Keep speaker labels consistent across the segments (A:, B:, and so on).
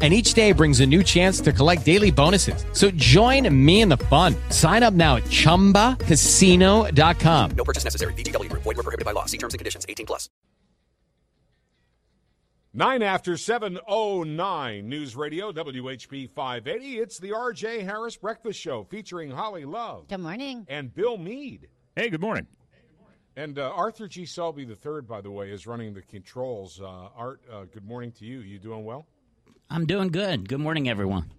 A: and each day brings a new chance to collect daily bonuses. So join me in the fun. Sign up now at ChumbaCasino.com.
B: No purchase necessary. VGW Group. Void were prohibited by law. See terms and conditions. 18 plus.
C: Nine after 7.09, News Radio, WHP 580. It's the R.J. Harris Breakfast Show featuring Holly Love
D: Good morning.
C: and Bill Mead.
E: Hey, good morning.
C: And uh, Arthur G. Selby III, by the way, is running the controls. Uh, Art, uh, good morning to you. You doing well?
F: I'm doing good. Good morning, everyone.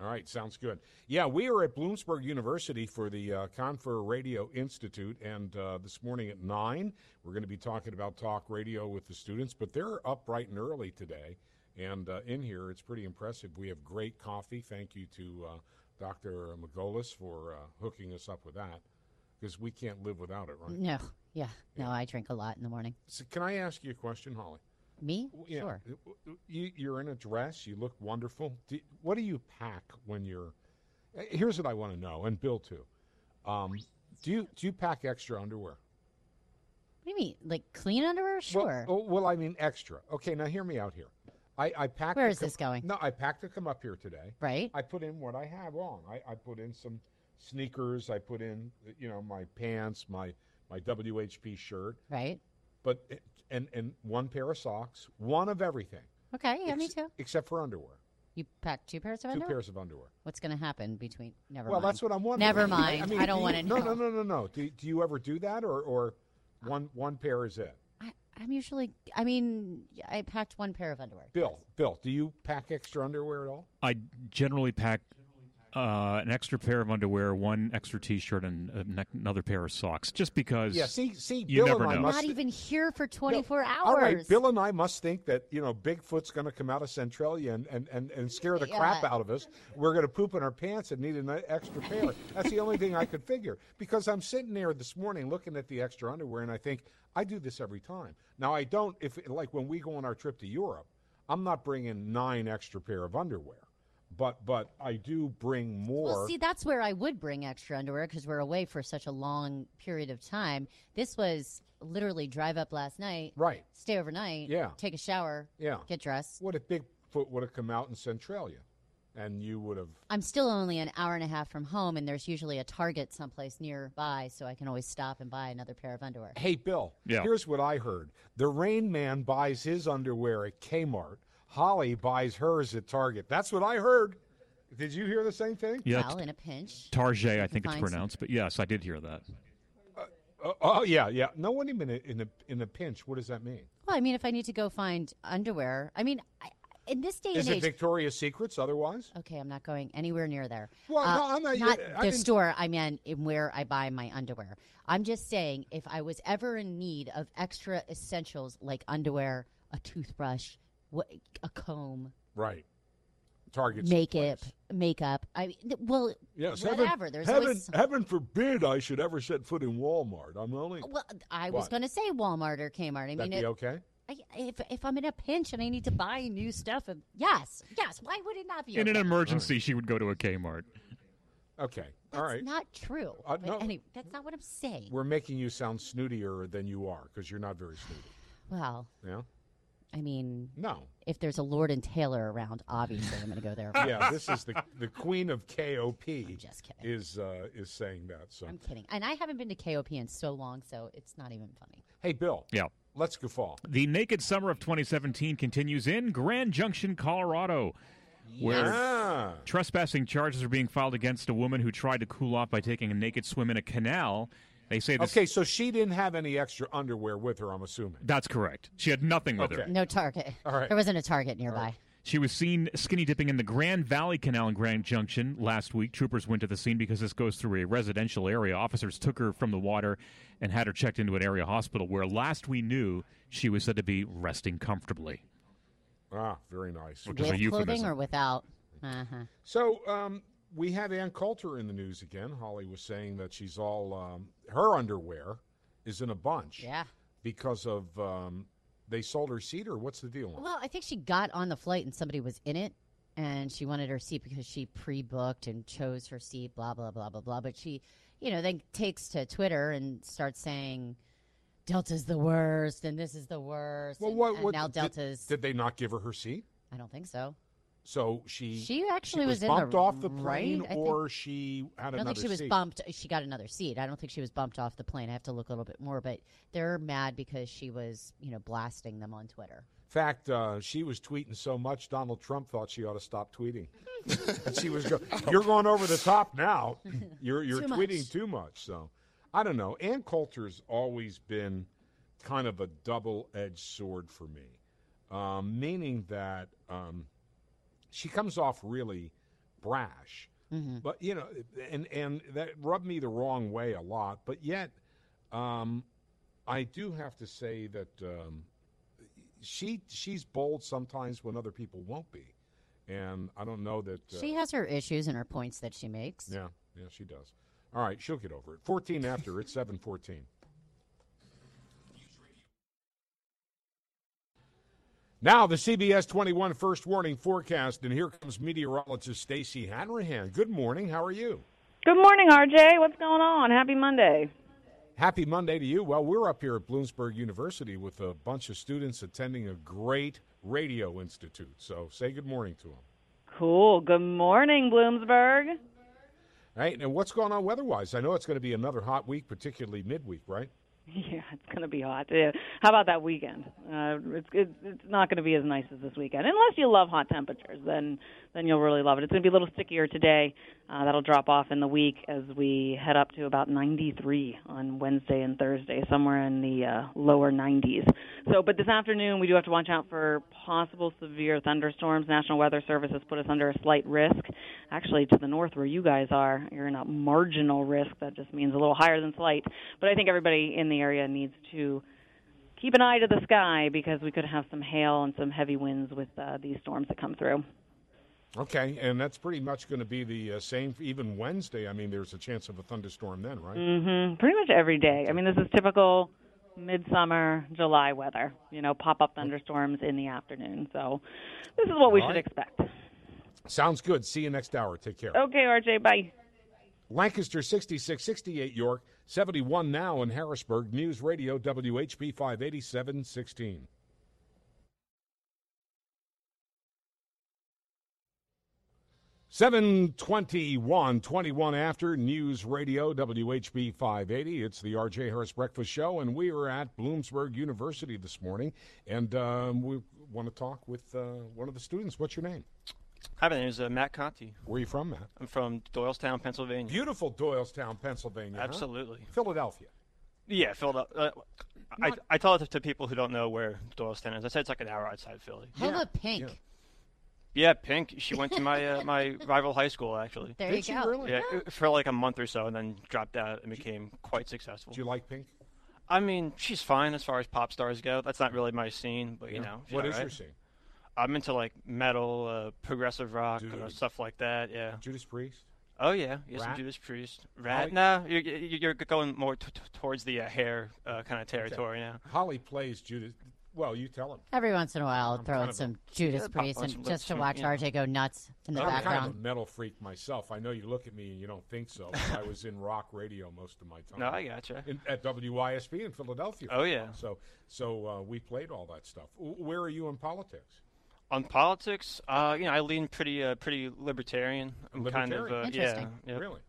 C: All right, sounds good. Yeah, we are at Bloomsburg University for the uh, Confer Radio Institute, and uh, this morning at nine, we're going to be talking about talk radio with the students. But they're up bright and early today, and uh, in here it's pretty impressive. We have great coffee. Thank you to uh, Dr. Magolis for uh, hooking us up with that, because we can't live without it, right?
D: No, yeah, no, I drink a lot in the morning.
C: So can I ask you a question, Holly?
D: Me?
C: Well, yeah,
D: Sure.
C: uh, w- w- You, you're in a dress. You look wonderful. Do, what do you pack when you're? uh, Here's what I want to know, and Bill too. Um, do you do you pack extra underwear?
D: What do you mean? Like clean underwear?
C: Well,
D: Sure.
C: oh, Well, I mean extra. Okay, now hear me out here. I, I packed.
D: Where
C: to
D: is
C: come-
D: this going?
C: No, I packed to come up here today.
D: Right?
C: I put in what I have on. I, I put in some sneakers. I put in uh, you know my pants, my my WHP shirt,
D: Right?
C: but it- and and one pair of socks, one of everything.
D: Okay, yeah, me
C: ex-
D: too.
C: Except for underwear.
D: You pack two pairs of
C: Two
D: underwear?
C: pairs of underwear.
D: What's going to happen between? Never
C: well,
D: mind.
C: that's what I'm wondering.
D: Never mind. I, don't
C: do
D: want
C: you-
D: to
C: no,
D: know.
C: No, no, no, no. Do, do you ever do that, or or one one pair is it?
D: I, I'm usually, I mean, I packed one pair of underwear.
C: Bill, Bill, do you pack extra underwear at all?
E: I generally pack uh, an extra pair of underwear, one extra T-shirt, and a ne- another pair of socks, just because.
C: Yeah. See, see,
E: you
C: Bill
E: never
C: and I
E: know.
C: must
D: Not
C: thi-
D: even here for
C: No,
D: 24 hours.
C: All right, Bill and I must think that you know Bigfoot's going to come out of Centralia and, and, and, and scare the crap
D: Yeah.
C: out of us. We're going to poop in our pants and need an extra pair. That's the only thing I could figure because I'm sitting there this morning looking at the extra underwear and I think I do this every time. Now I don't if like when we go on our trip to Europe, I'm not bringing nine extra pair of underwear, but but I do bring more.
D: Well, see, that's where I would bring extra underwear because we're away for such a long period of time. This was literally drive up last night,
C: right?
D: stay overnight,
C: Yeah.
D: take a shower,
C: Yeah.
D: get dressed.
C: What if Bigfoot would have come out in Centralia, and you would have?
D: I'm still only an hour and a half from home, and there's usually a Target someplace nearby, so I can always stop and buy another pair of underwear.
C: Hey, Bill.
E: Yeah.
C: Here's what I heard. The Rain Man buys his underwear at Kmart. Holly buys hers at Target. That's what I heard. Did you hear the same thing?
E: Yeah,
D: Well, in a pinch.
E: Tarjay, I think
D: can
E: it's
D: find some-
E: pronounced, but yes, I did hear that.
C: Oh, oh, yeah, yeah. No, wait a minute. In a in a pinch, what does that mean?
D: Well, I mean, if I need to go find underwear, I mean, I, in this day
C: Is
D: and
C: it
D: age.
C: Victoria's Secrets? Otherwise,
D: Okay, I'm not going anywhere near there. Uh,
C: Well, no, I'm not-
D: Not
C: I
D: the
C: didn't-
D: store. I mean, in where I buy my underwear. I'm just saying, if I was ever in need of extra essentials like underwear, a toothbrush, wha- a comb,
C: right? Target.
D: makeup, makeup. I th- well,
C: Yes.
D: whatever.
C: Heaven,
D: There's
C: heaven,
D: always. some-
C: heaven forbid I should ever set foot in Walmart. I'm only.
D: well, I was
C: What?
D: going to say Walmart or Kmart. I
C: That'd
D: mean,
C: be
D: it,
C: okay.
D: I, if if I'm in a pinch and I need to buy new stuff, and yes, yes. Why would it not be?
E: In an
D: okay?
E: emergency, she would go to a Kmart.
C: Okay.
D: That's
C: All right.
D: not true.
C: Uh,
D: But
C: no.
D: anyway, that's not what I'm saying.
C: We're making you sound snootier than you are because you're not very snooty.
D: Well,
C: Yeah.
D: I mean,
C: No.
D: if there's a Lord and Taylor around, obviously I'm going to go there.
C: yeah, this is the the queen of KOP.
D: just kidding.
C: Is uh, is saying that? So
D: I'm kidding. And I haven't been to KOP in so long, so it's not even funny.
C: hey, Bill.
E: Yeah.
C: Let's guffaw.
E: The naked summer of 2017 continues in Grand Junction, Colorado, where
C: Yeah.
E: trespassing charges are being filed against a woman who tried to cool off by taking a naked swim in a canal. They say this.
C: Okay, so she didn't have any extra underwear with her. I'm assuming.
E: That's correct. She had nothing with her.
C: Okay.
D: No Target.
C: All right.
D: There wasn't a Target nearby.
E: She was seen skinny dipping in the Grand Valley Canal in Grand Junction last week. Troopers went to the scene because this goes through a residential area. Officers took her from the water and had her checked into an area hospital where last we knew she was said to be resting comfortably.
C: Ah, very nice.
E: Which is a
D: With clothing
E: euphemism.
D: or without. Uh-huh.
C: So um, we have Ann Coulter in the news again. Holly was saying that she's all um, her underwear is in a bunch.
D: Yeah.
C: because of um, they sold her seat, or what's the deal? on it?
D: Well, I think she got on the flight and somebody was in it and she wanted her seat because she pre booked and chose her seat, blah, blah, blah, blah, blah. But she, you know, then takes to Twitter and starts saying, Delta's the worst and this is the worst. and, and now
C: did-
D: Delta's.
C: Did, they not give her her seat?
D: I don't think so.
C: So she
D: She actually was in the
C: bumped off the
D: right,
C: plane,
D: I think.
C: or she had
D: I don't
C: another
D: think she was
C: seat.
D: bumped. She got another seat. I don't think she was bumped off the plane. I have to look a little bit more, but they're mad because she was, you know, blasting them on Twitter.
C: In fact, uh, she was tweeting so much Donald Trump thought she ought to stop tweeting. And she was go- you're going over the top now. You're you're
D: Too much.
C: tweeting too much. So I don't know. Ann Coulter's always been kind of a double-edged sword for me, um, meaning that um, she comes off really brash,
D: Mm-hmm.
C: but you know, and and that rubbed me the wrong way a lot. But yet, um, I do have to say that. Um, she she's bold sometimes when other people won't be, and I don't know that. Uh,
D: She has her issues and her points that she makes.
C: yeah, yeah, she does. All right, she'll get over it. Fourteen after it's seven fourteen. Now the CBS 21 first warning forecast, and here comes meteorologist Stacy Hanrahan. Good morning. How are you?
G: Good morning, RJ. What's going on? Happy Monday.
C: Happy Monday to you. Well, we're up here at Bloomsburg University with a bunch of students attending a great radio institute. So say good morning to them.
G: Cool. Good morning, Bloomsburg.
C: All right, and what's going on weather-wise? I know it's going to be another hot week, particularly midweek, right?
G: Yeah, it's going to be hot. Yeah. How about that weekend? Uh, it's, it's it's not going to be as nice as this weekend, unless you love hot temperatures. Then then you'll really love it. It's going to be a little stickier today. Uh, that'll drop off in the week as we head up to about 93 on Wednesday and Thursday, somewhere in the uh, lower 90s. So, but this afternoon we do have to watch out for possible severe thunderstorms. National Weather Service has put us under a slight risk. Actually, to the north where you guys are, you're in a marginal risk. That just means a little higher than slight. But I think everybody in the area needs to keep an eye to the sky because we could have some hail and some heavy winds with uh, these storms that come through.
C: Okay, and that's pretty much going to be the uh, same for even Wednesday. I mean, there's a chance of a thunderstorm then, right?
G: hmm Pretty much every day. I mean, this is typical midsummer July weather. You know, pop up thunderstorms in the afternoon. So this is what we
C: All
G: should
C: right.
G: expect.
C: Sounds good. See you next hour. Take care.
G: Okay, RJ. Bye.
C: Lancaster 66, 68 York, 71 now in Harrisburg. News Radio WHB 587, 16. Seven twenty-one, twenty-one after News Radio WHB five eighty. It's the RJ Harris Breakfast Show, and we are at Bloomsburg University this morning, and um, we want to talk with uh, one of the students. What's your name?
H: Hi, my name is uh, Matt Conti.
C: Where are you from, Matt?
H: I'm from Doylestown, Pennsylvania.
C: Beautiful Doylestown, Pennsylvania. huh?
H: Absolutely.
C: Philadelphia.
H: Yeah, Philadelphia. Uh, I, I tell it to people who don't know where Doylestown is. I said it's like an hour outside Philly.
D: Hella pink.
C: yeah.
H: Yeah, Pink. She went to my uh, my rival high school actually.
D: There
C: Did
D: you
C: she
D: go.
C: really?
H: Yeah, it- for like a month or so, and then dropped out and became quite successful.
C: Do you like Pink?
H: I mean, she's fine as far as pop stars go. That's not really my scene, but you know, she's
C: what is
H: alright.
C: your scene?
H: I'm into like metal, uh, progressive rock, you know,
C: Dude.
H: stuff like that. Yeah.
C: Judas Priest.
H: Oh yeah, yes,
C: Rat?
H: some Judas Priest. Rat?
C: Holly-
H: No, you're you're you're going more t- t- towards the uh, hair uh, kind of territory now.
C: Holly plays Judas. Well, you tell him.
D: Every once in a while, I'll throw
C: kind
D: in
C: of a-
D: some Judas
H: Yeah, pop
D: Priest
H: on
D: and
H: some
D: just to
H: Lipson,
D: watch
H: yeah.
D: RJ go nuts in the
C: I'm kind of a
D: background.
C: metal freak myself. I know you look at me and you don't think so. but I was in rock radio most of my time.
H: No, I gotcha.
C: in, at WYSB in Philadelphia.
H: Oh, yeah.
C: So so uh, we played all that stuff. W- Where are you in politics?
H: On politics, uh, you know, I lean pretty uh, pretty libertarian. I'm kind
C: Libertarian?
H: of uh, yeah.
D: Interesting.
H: yep.
C: Really?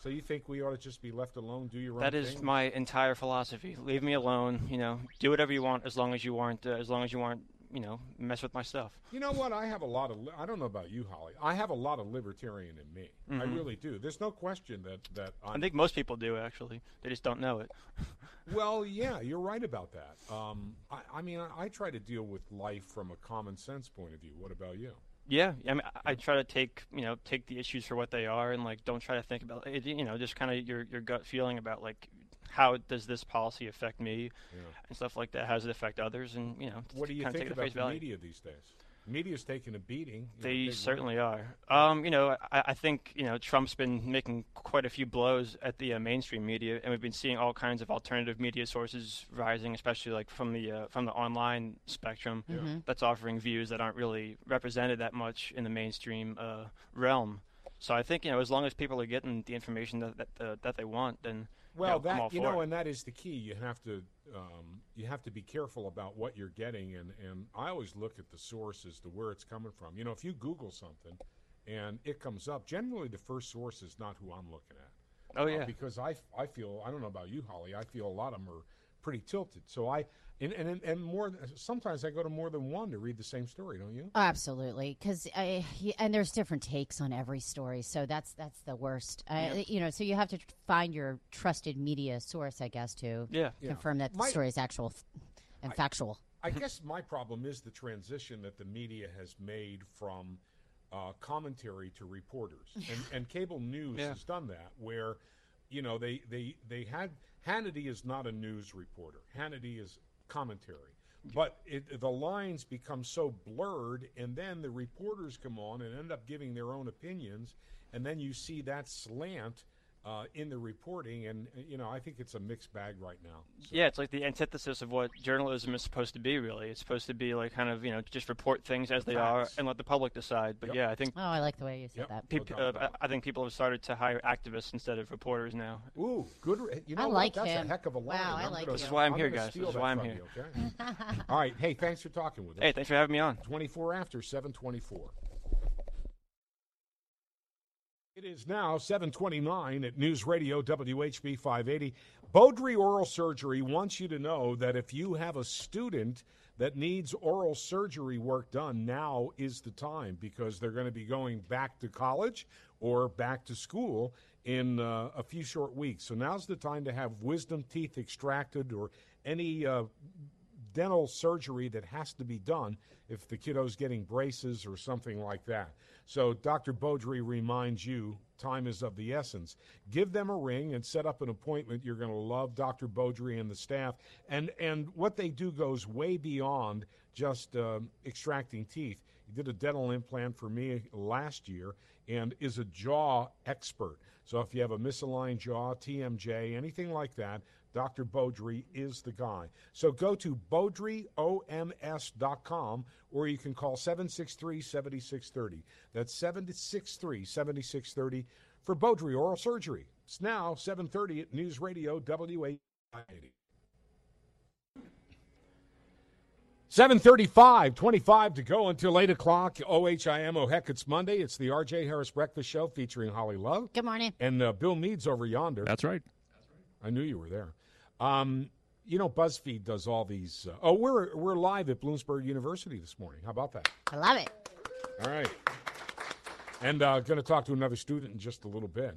C: So you think we ought to just be left alone? Do your own
H: That is
C: thing?
H: my entire philosophy. Leave me alone. You know, do whatever you want as long as you aren't uh, as long as you aren't you know mess with my stuff.
C: You know what? I have a lot of. Li- I don't know about you, Holly. I have a lot of libertarian in me. I
H: Mm-hmm.
C: really do. There's no question that that I'm
H: I think most people do actually. They just don't know it.
C: Well, yeah, you're right about that. Um, I, I mean, I, I try to deal with life from a common sense point of view. What about you?
H: Yeah, I mean, I, I try to take you know take the issues for what they are, and like don't try to think about it. You know, just kind of your your gut feeling about like how does this policy affect me and stuff like that. How does it affect others? And you know,
C: What do you
H: kind of
C: think
H: take it at face
C: about the
H: value.
C: media these days? Media's taking a beating. in a big
H: They
C: way.
H: certainly are. Um, you know, I, I think you know Trump's been making quite a few blows at the uh, mainstream media, and we've been seeing all kinds of alternative media sources rising, especially like from the uh, from the online spectrum that's offering views that aren't really represented that much in the mainstream uh, realm. So I think you know, as long as people are getting the information that that, uh, that they want, then you know,
C: Well,
H: I'm all
C: that you
H: for
C: know,
H: it.
C: and that is the key. You have to um, you have to be careful about what you're getting, and and I always look at the source as to where it's coming from. You know, if you Google something, and it comes up, generally the first source is not who I'm looking at.
H: Oh,
C: Uh,
H: yeah.
C: because I I feel I don't know about you, Holly. I feel a lot of them are pretty tilted. So I and and and more sometimes I go to more than one to read the same story. Don't you?
D: Oh, absolutely, because and there's different takes on every story, so that's that's the worst. Uh, You know, so you have to tr- find your trusted media source, I guess, to
H: Yeah.
C: Yeah.
D: confirm that the
C: My-
D: story is actual f- and factual.
C: I guess my problem is the transition that the media has made from uh, commentary to reporters, and, and cable news
H: Yeah.
C: has done that, where you know they they they had Hannity is not a news reporter. Hannity is commentary, but it, the lines become so blurred, and then the reporters come on and end up giving their own opinions, and then you see that slant. Uh, in the reporting, and you know, I think it's a mixed bag right now. So-
H: Yeah, it's like the antithesis of what journalism is supposed to be. Really, it's supposed to be like kind of you know just report things as they are
C: Facts.
H: and let the public decide. But
C: Yep.
H: yeah, I think
D: Oh, I like the way you said
C: Yep.
D: that.
H: peop-
C: talk
H: uh,
C: about it.
H: I- I think people have started to hire activists instead of reporters now.
C: Ooh, good. re- You know
D: I
C: what?
D: like
C: That's
D: him.
C: a heck of a line.
D: Wow, I
C: I'm
D: like
C: gonna-
D: This is
H: why I'm
C: I'm
H: here,
C: gonna
H: guys.
C: steal
H: This is
C: that
H: why I'm
C: from
H: here.
C: you, okay? All right. Hey, thanks for talking with us.
H: Hey, thanks for having me on.
C: 24 after 724. It is now 729 at News Radio WHB 580. Beaudry Oral Surgery wants you to know that if you have a student that needs oral surgery work done, now is the time because they're going to be going back to college or back to school in uh, a few short weeks. So now's the time to have wisdom teeth extracted or any uh, dental surgery that has to be done if the kiddo's getting braces or something like that. So Dr. Beaudry reminds you time is of the essence. Give them a ring and set up an appointment. You're going to love Dr. Beaudry and the staff. And, and what they do goes way beyond just um, extracting teeth. He did a dental implant for me last year and is a jaw expert. So if you have a misaligned jaw, TMJ, anything like that, Dr. Beaudry is the guy. So go to BeaudryOMS.com or you can call 763 7630. That's 763 7630 for Beaudry Oral Surgery. It's now 730 at News Radio WA80. 735, 25 to go until 8 o'clock. OHIM, oh heck, it's Monday. It's the RJ Harris Breakfast Show featuring Holly Love
D: Good morning.
C: and uh, Bill Meads over yonder.
E: That's right.
C: I knew you were there. Um, you know, BuzzFeed does all these. Uh, oh, we're we're live at Bloomsburg University this morning. How about that?
D: I love it.
C: All right. And uh, going to talk to another student in just a little bit.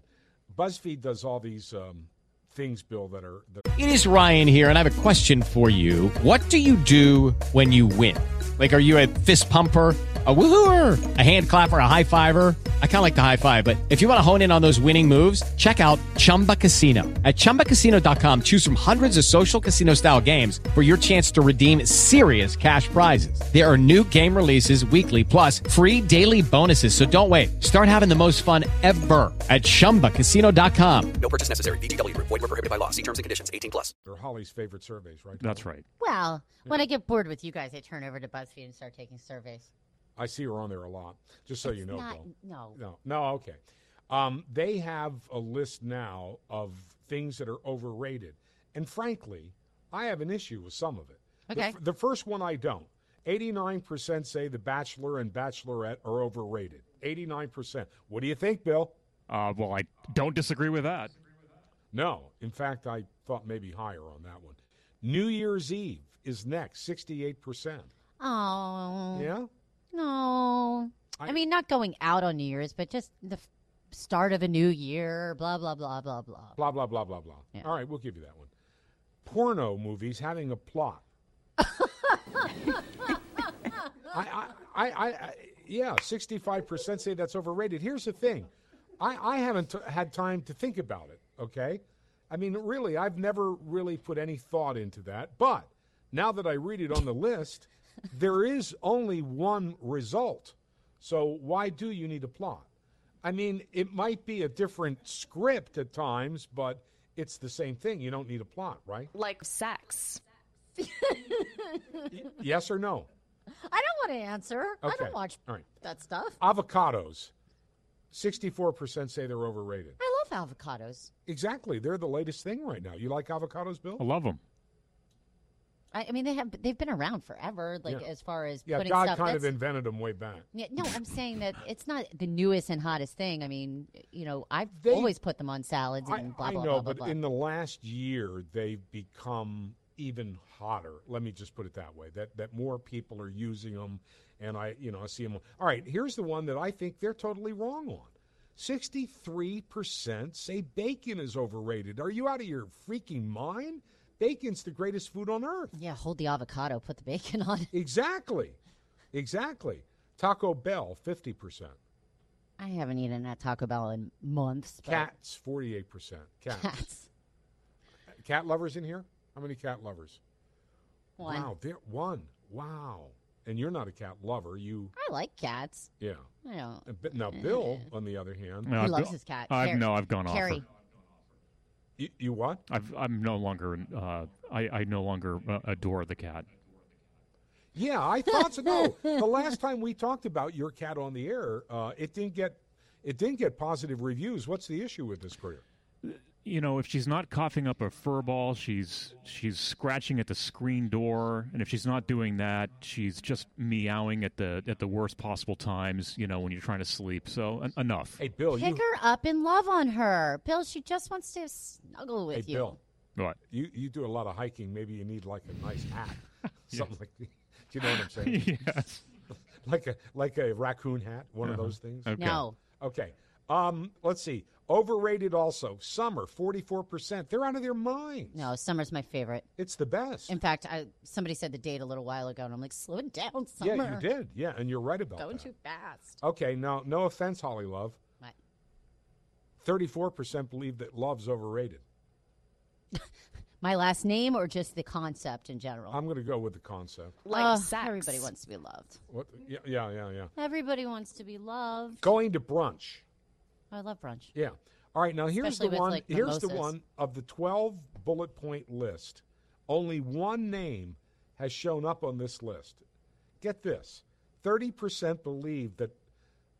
C: BuzzFeed does all these um, things, Bill, that are. That
A: It is Ryan here, and I have a question for you. What do you do when you win? Like, are you a fist pumper? A woohooer, a hand clapper, a high fiver. I kind of like the high five, but if you want to hone in on those winning moves, check out Chumba Casino. At chumbacasino.com, choose from hundreds of social casino style games for your chance to redeem serious cash prizes. There are new game releases weekly, plus free daily bonuses. So don't wait. Start having the most fun ever at chumbacasino.com.
B: No purchase necessary. VGW Group. Void were prohibited by law. See terms and conditions. 18 plus.
C: are Holly's favorite surveys, right?
E: That's
C: Holly?
E: right.
D: Well, when I get bored with you guys, I turn over to BuzzFeed and start taking surveys.
C: I see her on there a lot. Just so you know,
D: Not,
C: Bill.
D: no.
C: No, no, okay. Um, they have a list now of things that are overrated, and frankly, I have an issue with some of it. The,
D: Okay.
C: f- the first one I don't. Eighty-nine percent say The Bachelor and Bachelorette are overrated. Eighty-nine percent. What do you think, Bill?
E: Uh, well, I don't disagree with that.
C: No. In fact, I thought maybe higher on that one. New Year's Eve is next. Sixty-eight percent.
D: Oh.
C: Yeah.
D: No. I,
C: I-
D: mean, not going out on New Year's, but just the f- start of a new year, blah, blah, blah, blah, blah.
C: Blah blah blah blah blah.
D: Yeah.
C: All right, we'll give you that one. Porno movies having a plot. I, I, I, I, I yeah, sixty-five percent say that's overrated. Here's the thing, I, I haven't t- had time to think about it. Okay, I mean, really, I've never really put any thought into that. But now that I read it on the list, there is only one result. So why do you need a plot? I mean, it might be a different script at times, but it's the same thing. You don't need a plot, right?
I: Like sex.
C: yes or no?
D: I don't want to answer. I
C: Okay.
D: don't watch
C: All right.
D: that stuff.
C: Avocados. 64% say they're overrated.
D: I love avocados.
C: Exactly. They're the latest thing right now. You like avocados, Bill?
E: I love them.
D: I, I mean, they have they've been around forever. Like
C: Yeah.
D: as far as
C: Yeah,
D: putting
C: God
D: stuff.
C: kind of
D: that's-
C: invented them way back.
D: Yeah, no, I'm saying that it's not the newest and hottest thing. I mean, you know, I've
C: They-
D: always put them on salads
C: I,
D: and blah
C: I
D: blah
C: know,
D: blah blah
C: but
D: blah.
C: in the last year, they've become even hotter. Let me just put it that way. That that more people are using them, and I, you know, I see them. All right, here's the one that I think they're totally wrong on. Sixty-three percent say bacon is overrated. Are you out of your freaking mind? Bacon's the greatest food on earth.
D: yeah, hold the avocado, put the bacon on. it.
C: Exactly, exactly. Taco Bell, fifty percent.
D: I haven't eaten at Taco Bell in months. But
C: Cats, forty-eight percent. Cats.
D: Cats.
C: Cat lovers in here? How many cat lovers?
D: One.
C: Wow, there one. Wow. And you're not a cat lover. You
D: I like cats.
C: yeah.
D: I don't.
C: Uh, But now Bill, on the other hand,
E: No,
D: He
E: I've
D: loves
E: go-
D: his cat.
E: I've,
D: Carrie-
E: no, I've gone off. her.
D: Carrie.
C: you, you what?
E: I've, I'm no longer. Uh, I, I no longer uh, adore the cat.
C: Yeah, I thought so. No, the last time we talked about your cat on the air, uh, it didn't get it didn't get positive reviews. What's the issue with this career?
E: You know, if she's not coughing up a fur ball, she's she's scratching at the screen door, and if she's not doing that, she's just meowing at the at the worst possible times. You know, when you're trying to sleep. So en- enough.
C: Hey Bill,
D: Pick
C: Oh, you
D: her up and love on her, Bill. She just wants to snuggle
C: hey
D: with you.
C: Bill,
E: What?
C: you you do a lot of hiking. Maybe you need like a nice hat, something like. Do you know what I'm saying?
E: yes.
C: Like a like a raccoon hat, one of those things.
E: Okay.
D: No,
C: Okay. Um, let's see. Overrated also. Summer, 44%. They're out of their minds.
D: no, summer's my favorite.
C: It's the best.
D: In fact, I somebody said the date a little while ago, and I'm like, slow it down, summer.
C: yeah, you did. Uh, Yeah, and you're right about
D: Going
C: that.
D: too fast.
C: Okay, now, no offense, Holly Love.
D: What?
C: 34% believe that love's overrated.
D: My last name or just the concept in general?
C: I'm going to go with the concept.
I: Like
D: Ugh,
I: sex.
D: Everybody wants to be loved.
C: What? Yeah, yeah, yeah, yeah.
D: Everybody wants to be loved.
C: Going to brunch.
D: I love brunch.
C: Yeah. All right. Now here's
D: Especially
C: the
D: with,
C: one.
D: like,
C: here's the
D: mimosas.
C: one of the twelve bullet point list. Only one name has shown up on this list. Get this: thirty percent believe that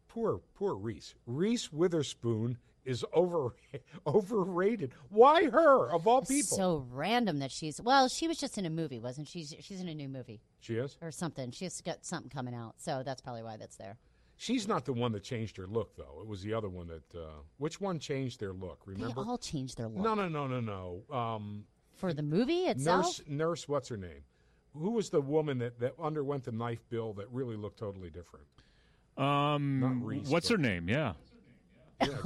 C: poor, poor Reese, Reese Witherspoon is over overrated. Why her of all people?
D: So random that she's. Well, she was just in a movie, wasn't she? She's, she's in a new movie
C: she is.
D: or something. She's got something coming out, so that's probably why that's there.
C: She's not the one that changed her look, though. It was the other one that. Uh, which one changed their look? Remember?
D: They all changed their look
C: no, no, no, no, no. Um,
D: for the movie itself.
C: Nurse, nurse, what's her name? Who was the woman that, that underwent the knife bill that really looked totally different?
E: Um.
C: Not Reese,
E: what's
C: but-
E: her name? Yeah.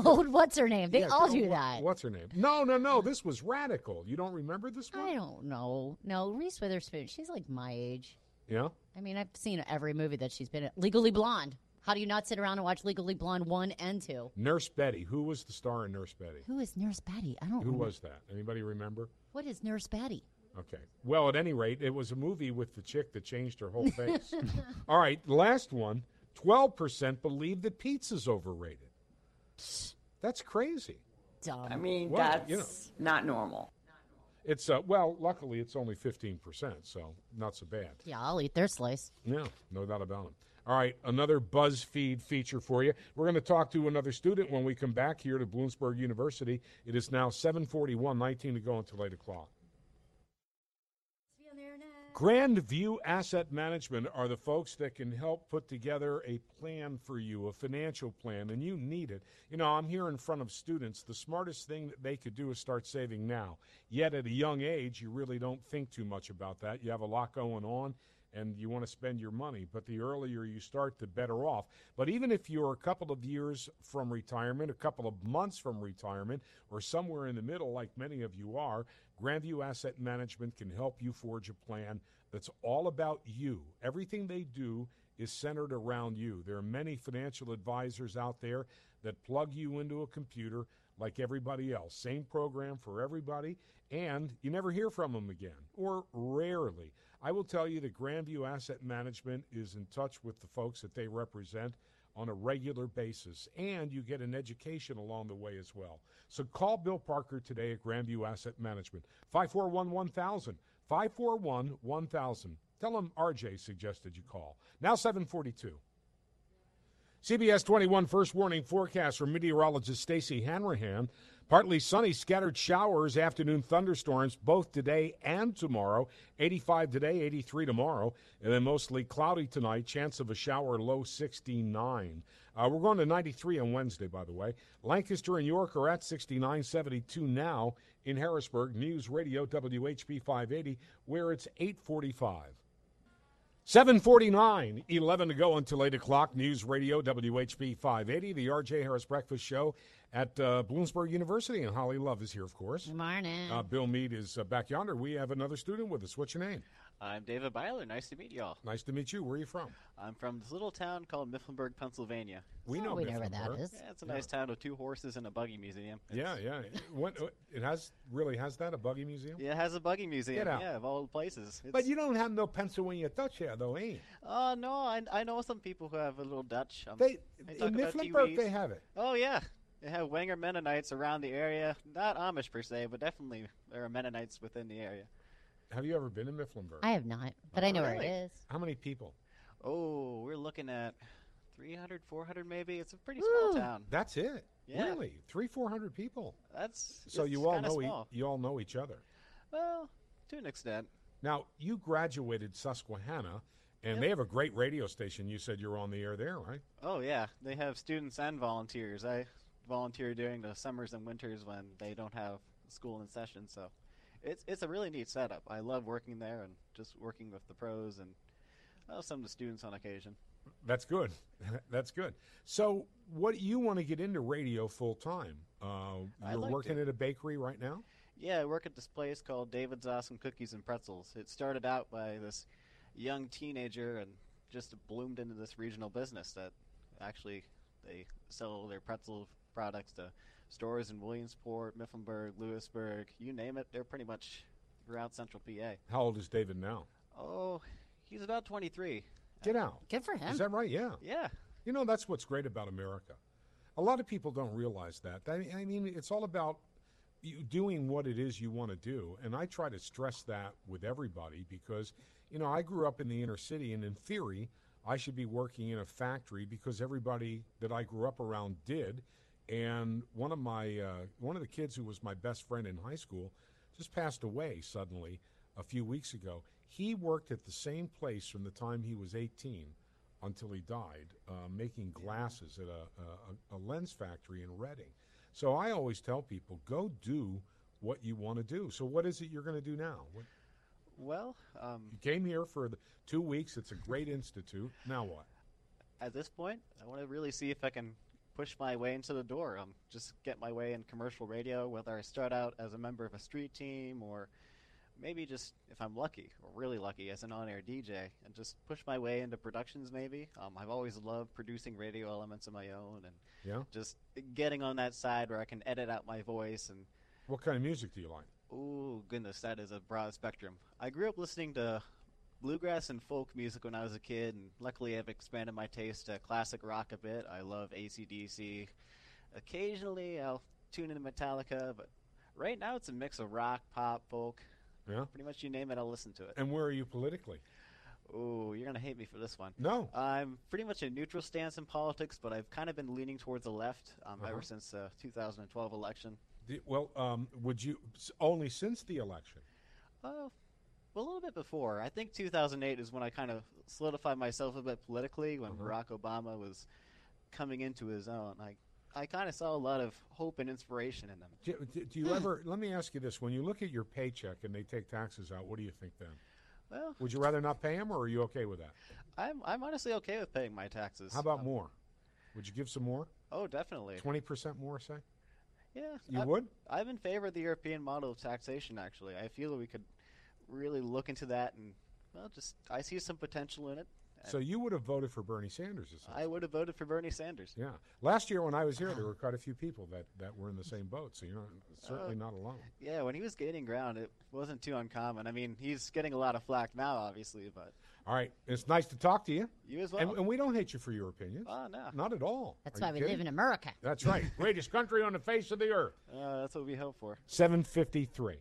D: oh, what's her name? They
C: Yeah,
D: all
C: go-
D: do
C: what-
D: that.
C: What's her name? No, no, no. This was radical. You don't remember this one?
D: I don't know. No, Reese Witherspoon. She's like my age.
C: Yeah.
D: I mean, I've seen every movie that she's been in. Legally Blonde. How do you not sit around and watch Legally Blonde one and two?
C: Nurse Betty. Who was the star in Nurse Betty?
D: Who is Nurse Betty? I don't.
C: Who
D: remem-
C: was that? Anybody remember?
D: What is Nurse Betty?
C: Okay. Well, at any rate, it was a movie with the chick that changed her whole face. All right, last one. 12% believe that pizza's overrated. That's crazy.
D: Dumb.
J: mean,
C: Well, that's you know.
J: not normal.
C: It's uh, well, luckily it's only 15%, so not so bad.
D: yeah, I'll eat their slice.
C: Yeah, no doubt about it. All right, another BuzzFeed feature for you. We're going to talk to another student when we come back here to Bloomsburg University. It is now 741, 19 to go until 8 o'clock. Grand View Asset Management are the folks that can help put together a plan for you, a financial plan, and you need it. You know, I'm here in front of students. The smartest thing that they could do is start saving now. Yet at a young age, you really don't think too much about that. You have a lot going on and you want to spend your money, but the earlier you start, the better off. But even if you're a couple of years from retirement, a couple of months from retirement, or somewhere in the middle, like many of you are, Grandview Asset Management can help you forge a plan that's all about you. Everything they do is centered around you. There are many financial advisors out there that plug you into a computer like everybody else. Same program for everybody, and you never hear from them again, or rarely. I will tell you that Grandview Asset Management is in touch with the folks that they represent on a regular basis, and you get an education along the way as well. So call Bill Parker today at Grandview Asset Management, 541 1000. 541 1000. Tell him RJ suggested you call. Now 742. CBS 21 first warning forecast from meteorologist Stacy Hanrahan. Partly sunny, scattered showers, afternoon thunderstorms both today and tomorrow. 85 today, 83 tomorrow, and then mostly cloudy tonight. Chance of a shower, low 69. Uh, we're going to 93 on Wednesday, by the way. Lancaster and York are at 69, 72 now in Harrisburg. News Radio WHP 580, where it's 845. 749, 11 to go until 8 o'clock. News Radio WHB 580, the RJ Harris Breakfast Show at uh, Bloomsburg University. And Holly Love is here, of course.
I: Mm.
D: Good morning.
C: Uh, Bill Mead is uh, back yonder. We have another student with us. What's your name?
I: I'm David Byler. Nice to meet you all.
C: Nice to meet you. Where are you from?
I: I'm from this little town called Mifflinburg, Pennsylvania.
C: We know
D: we know where that
C: Mifflinburg.
D: is.
I: Yeah, it's a nice town with two horses and a buggy museum. It's-
C: Yeah, yeah. What, uh, it has really has that a buggy museum?
I: Yeah, it has a buggy museum.
C: Get out.
I: Yeah, of all the places. It's,
C: But you don't have no Pennsylvania Dutch here, though, eh?
I: Uh, no, I, I know some people who have a little Dutch. Um,
C: They,
I: talk
C: in
I: about
C: Mifflinburg,
I: Kiwis.
C: they have it.
I: Oh yeah, they have Wenger Mennonites around the area. Not Amish per se, but definitely there are Mennonites within the area.
C: Have you ever been in Mifflinburg?
D: I have not, but I know where it
I: Really?
D: is.
C: How many people?
I: Oh, we're looking at 300, 400 maybe. It's a pretty
D: Ooh.
I: small town.
C: That's it.
I: Yeah.
C: Really, three, four hundred people.
I: That's
C: So
I: it's
C: you all
I: kinda
C: know e-
I: small.
C: you all know each other.
I: Well, to an extent.
C: Now you graduated Susquehanna, and they have a great radio station. You said you're on the air there, right?
I: Oh yeah, they have students and volunteers. I volunteer during the summers and winters when they don't have school in session, so it's it's a really neat setup. I love working there and just working with the pros and uh, some of the students on occasion.
C: That's good. That's good. So what you want to get into radio full time? Uh,
I: I'd
C: you're
I: like
C: working
I: to.
C: at a bakery right now.
I: Yeah, I work at this place called David's Awesome Cookies and Pretzels. It started out by this young teenager and just bloomed into this regional business that actually they sell their pretzel products to stores in Williamsport, Mifflinburg, Lewisburg, you name it. They're pretty much throughout central PA.
C: How old is David now?
I: Oh, he's about 23.
C: Get out.
D: Good for him.
C: Is that right? Yeah.
I: Yeah.
C: You know, that's what's great about America. A lot of people don't realize that. I, I mean, it's all about you doing what it is you want to do. And I try to stress that with everybody because, you know, I grew up in the inner city, and in theory, I should be working in a factory because everybody that I grew up around did. And one of my uh, one of the kids who was my best friend in high school just passed away suddenly a few weeks ago. He worked at the same place from the time he was 18 until he died, uh, making glasses at a, a, a lens factory in Reading. So I always tell people, go do what you want to do. So what is it you're going to do now? What,
I: Well, um,
C: you came here for the two weeks. It's a great institute. Now what?
I: at this point, I want to really see if I can push my way into the door. Um, just get my way in commercial radio, whether I start out as a member of a street team or maybe just, if I'm lucky, or really lucky, as an on air DJ, and just push my way into productions maybe. Um, I've always loved producing radio elements of my own and
C: Yeah.
I: just getting on that side where I can edit out my voice and
C: What kind of music do you like?
I: Oh goodness, that is a broad spectrum. I grew up listening to bluegrass and folk music when I was a kid, and luckily I've expanded my taste to classic rock a bit. I love ACDC. Occasionally I'll tune into Metallica, but right now it's a mix of rock, pop, folk.
C: Yeah.
I: Pretty much you name it, I'll listen to it.
C: And where are you politically?
I: Oh, you're gonna hate me for this one.
C: No.
I: I'm pretty much a neutral stance in politics, but I've kind of been leaning towards the left um,
C: Uh-huh.
I: ever since the 2012 election.
C: Do- well, um, would you s- only since the election?
I: Uh, a little bit before. I think 2008 is when I kind of solidified myself a bit politically when
C: Uh-huh.
I: Barack Obama was coming into his own. I, I kind of saw a lot of hope and inspiration in him.
C: Do, do- do you ever? Let me ask you this: When you look at your paycheck and they take taxes out, what do you think then?
I: Well,
C: Would you rather not pay them, or are you okay with that?
I: I'm, I'm honestly okay with paying my taxes.
C: How about
I: Um,
C: more? Would you give some more?
I: Oh, definitely.
C: Twenty percent more, say?
I: Yeah.
C: You
I: I-
C: would?
I: I'm in favor of the European model of taxation, actually. I feel we could really look into that and, well, just, I see some potential in it.
C: So you would have voted for Bernie Sanders. essentially.
I: Uh, I would have voted for Bernie Sanders.
C: Yeah. Last year when I was here, there were quite a few people that, that were in the same boat. So you're not,
I: Uh,
C: certainly not alone.
I: Yeah, when he was gaining ground, it wasn't too uncommon. I mean, he's getting a lot of flack now, obviously, but
C: All right. It's nice to talk to you.
I: you as well.
C: And, and we don't hate you for your opinions.
I: Oh, no.
C: Not at all.
D: That's
C: Are
D: why
C: you
D: we live
C: kidding?
D: in America.
C: That's right. Greatest country on the face of the earth.
I: Uh, that's what we hope for.
C: 753.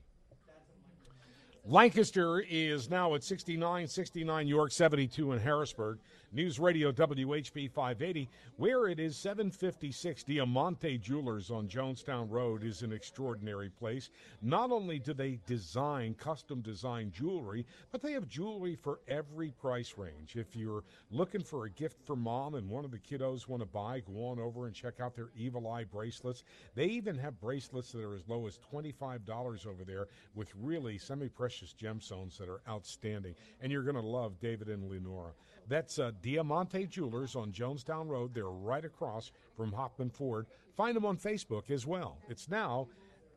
C: Lancaster is now at 69, 69 York, 72 in Harrisburg. News Radio WHP 580, where it is 756. Diamante Jewelers on Jonestown Road is an extraordinary place. Not only do they design custom design jewelry, but they have jewelry for every price range. If you're looking for a gift for mom and one of the kiddos want to buy, go on over and check out their Evil Eye bracelets. They even have bracelets that are as low as $25 over there with really semi precious gemstones that are outstanding. And you're going to love David and Lenora. That's uh, Diamante Jewelers on Jonestown Road. They're right across from Hopman Ford. Find them on Facebook as well. It's now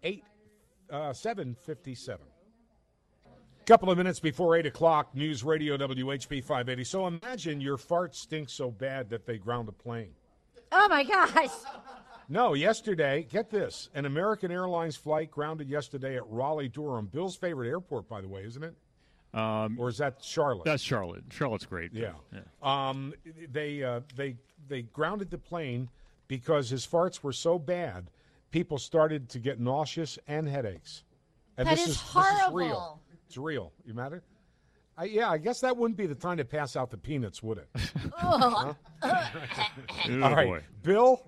C: 8 uh, 757. Couple of minutes before 8 o'clock, News Radio WHP 580. So imagine your fart stinks so bad that they ground a plane.
D: Oh my gosh!
C: No, yesterday, get this. An American Airlines flight grounded yesterday at Raleigh Durham. Bill's favorite airport, by the way, isn't it? Um, or is that Charlotte?
E: That's Charlotte. Charlotte's great.
C: yeah. Um, they, uh, they, they grounded the plane because his farts were so bad, people started to get nauseous and headaches. And
D: That
C: this
D: is
C: is, This is real.
D: horrible.
C: It's real. You mad at it? I, yeah, I guess that wouldn't be the time to pass out the peanuts, would it?
E: Ooh,
C: All right.
E: Oh, boy.
C: Bill,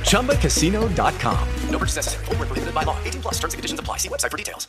F: ChumbaCasino.com.
B: No purchase necessary. Void where prohibited by law. 18 plus terms and conditions apply. See website for details.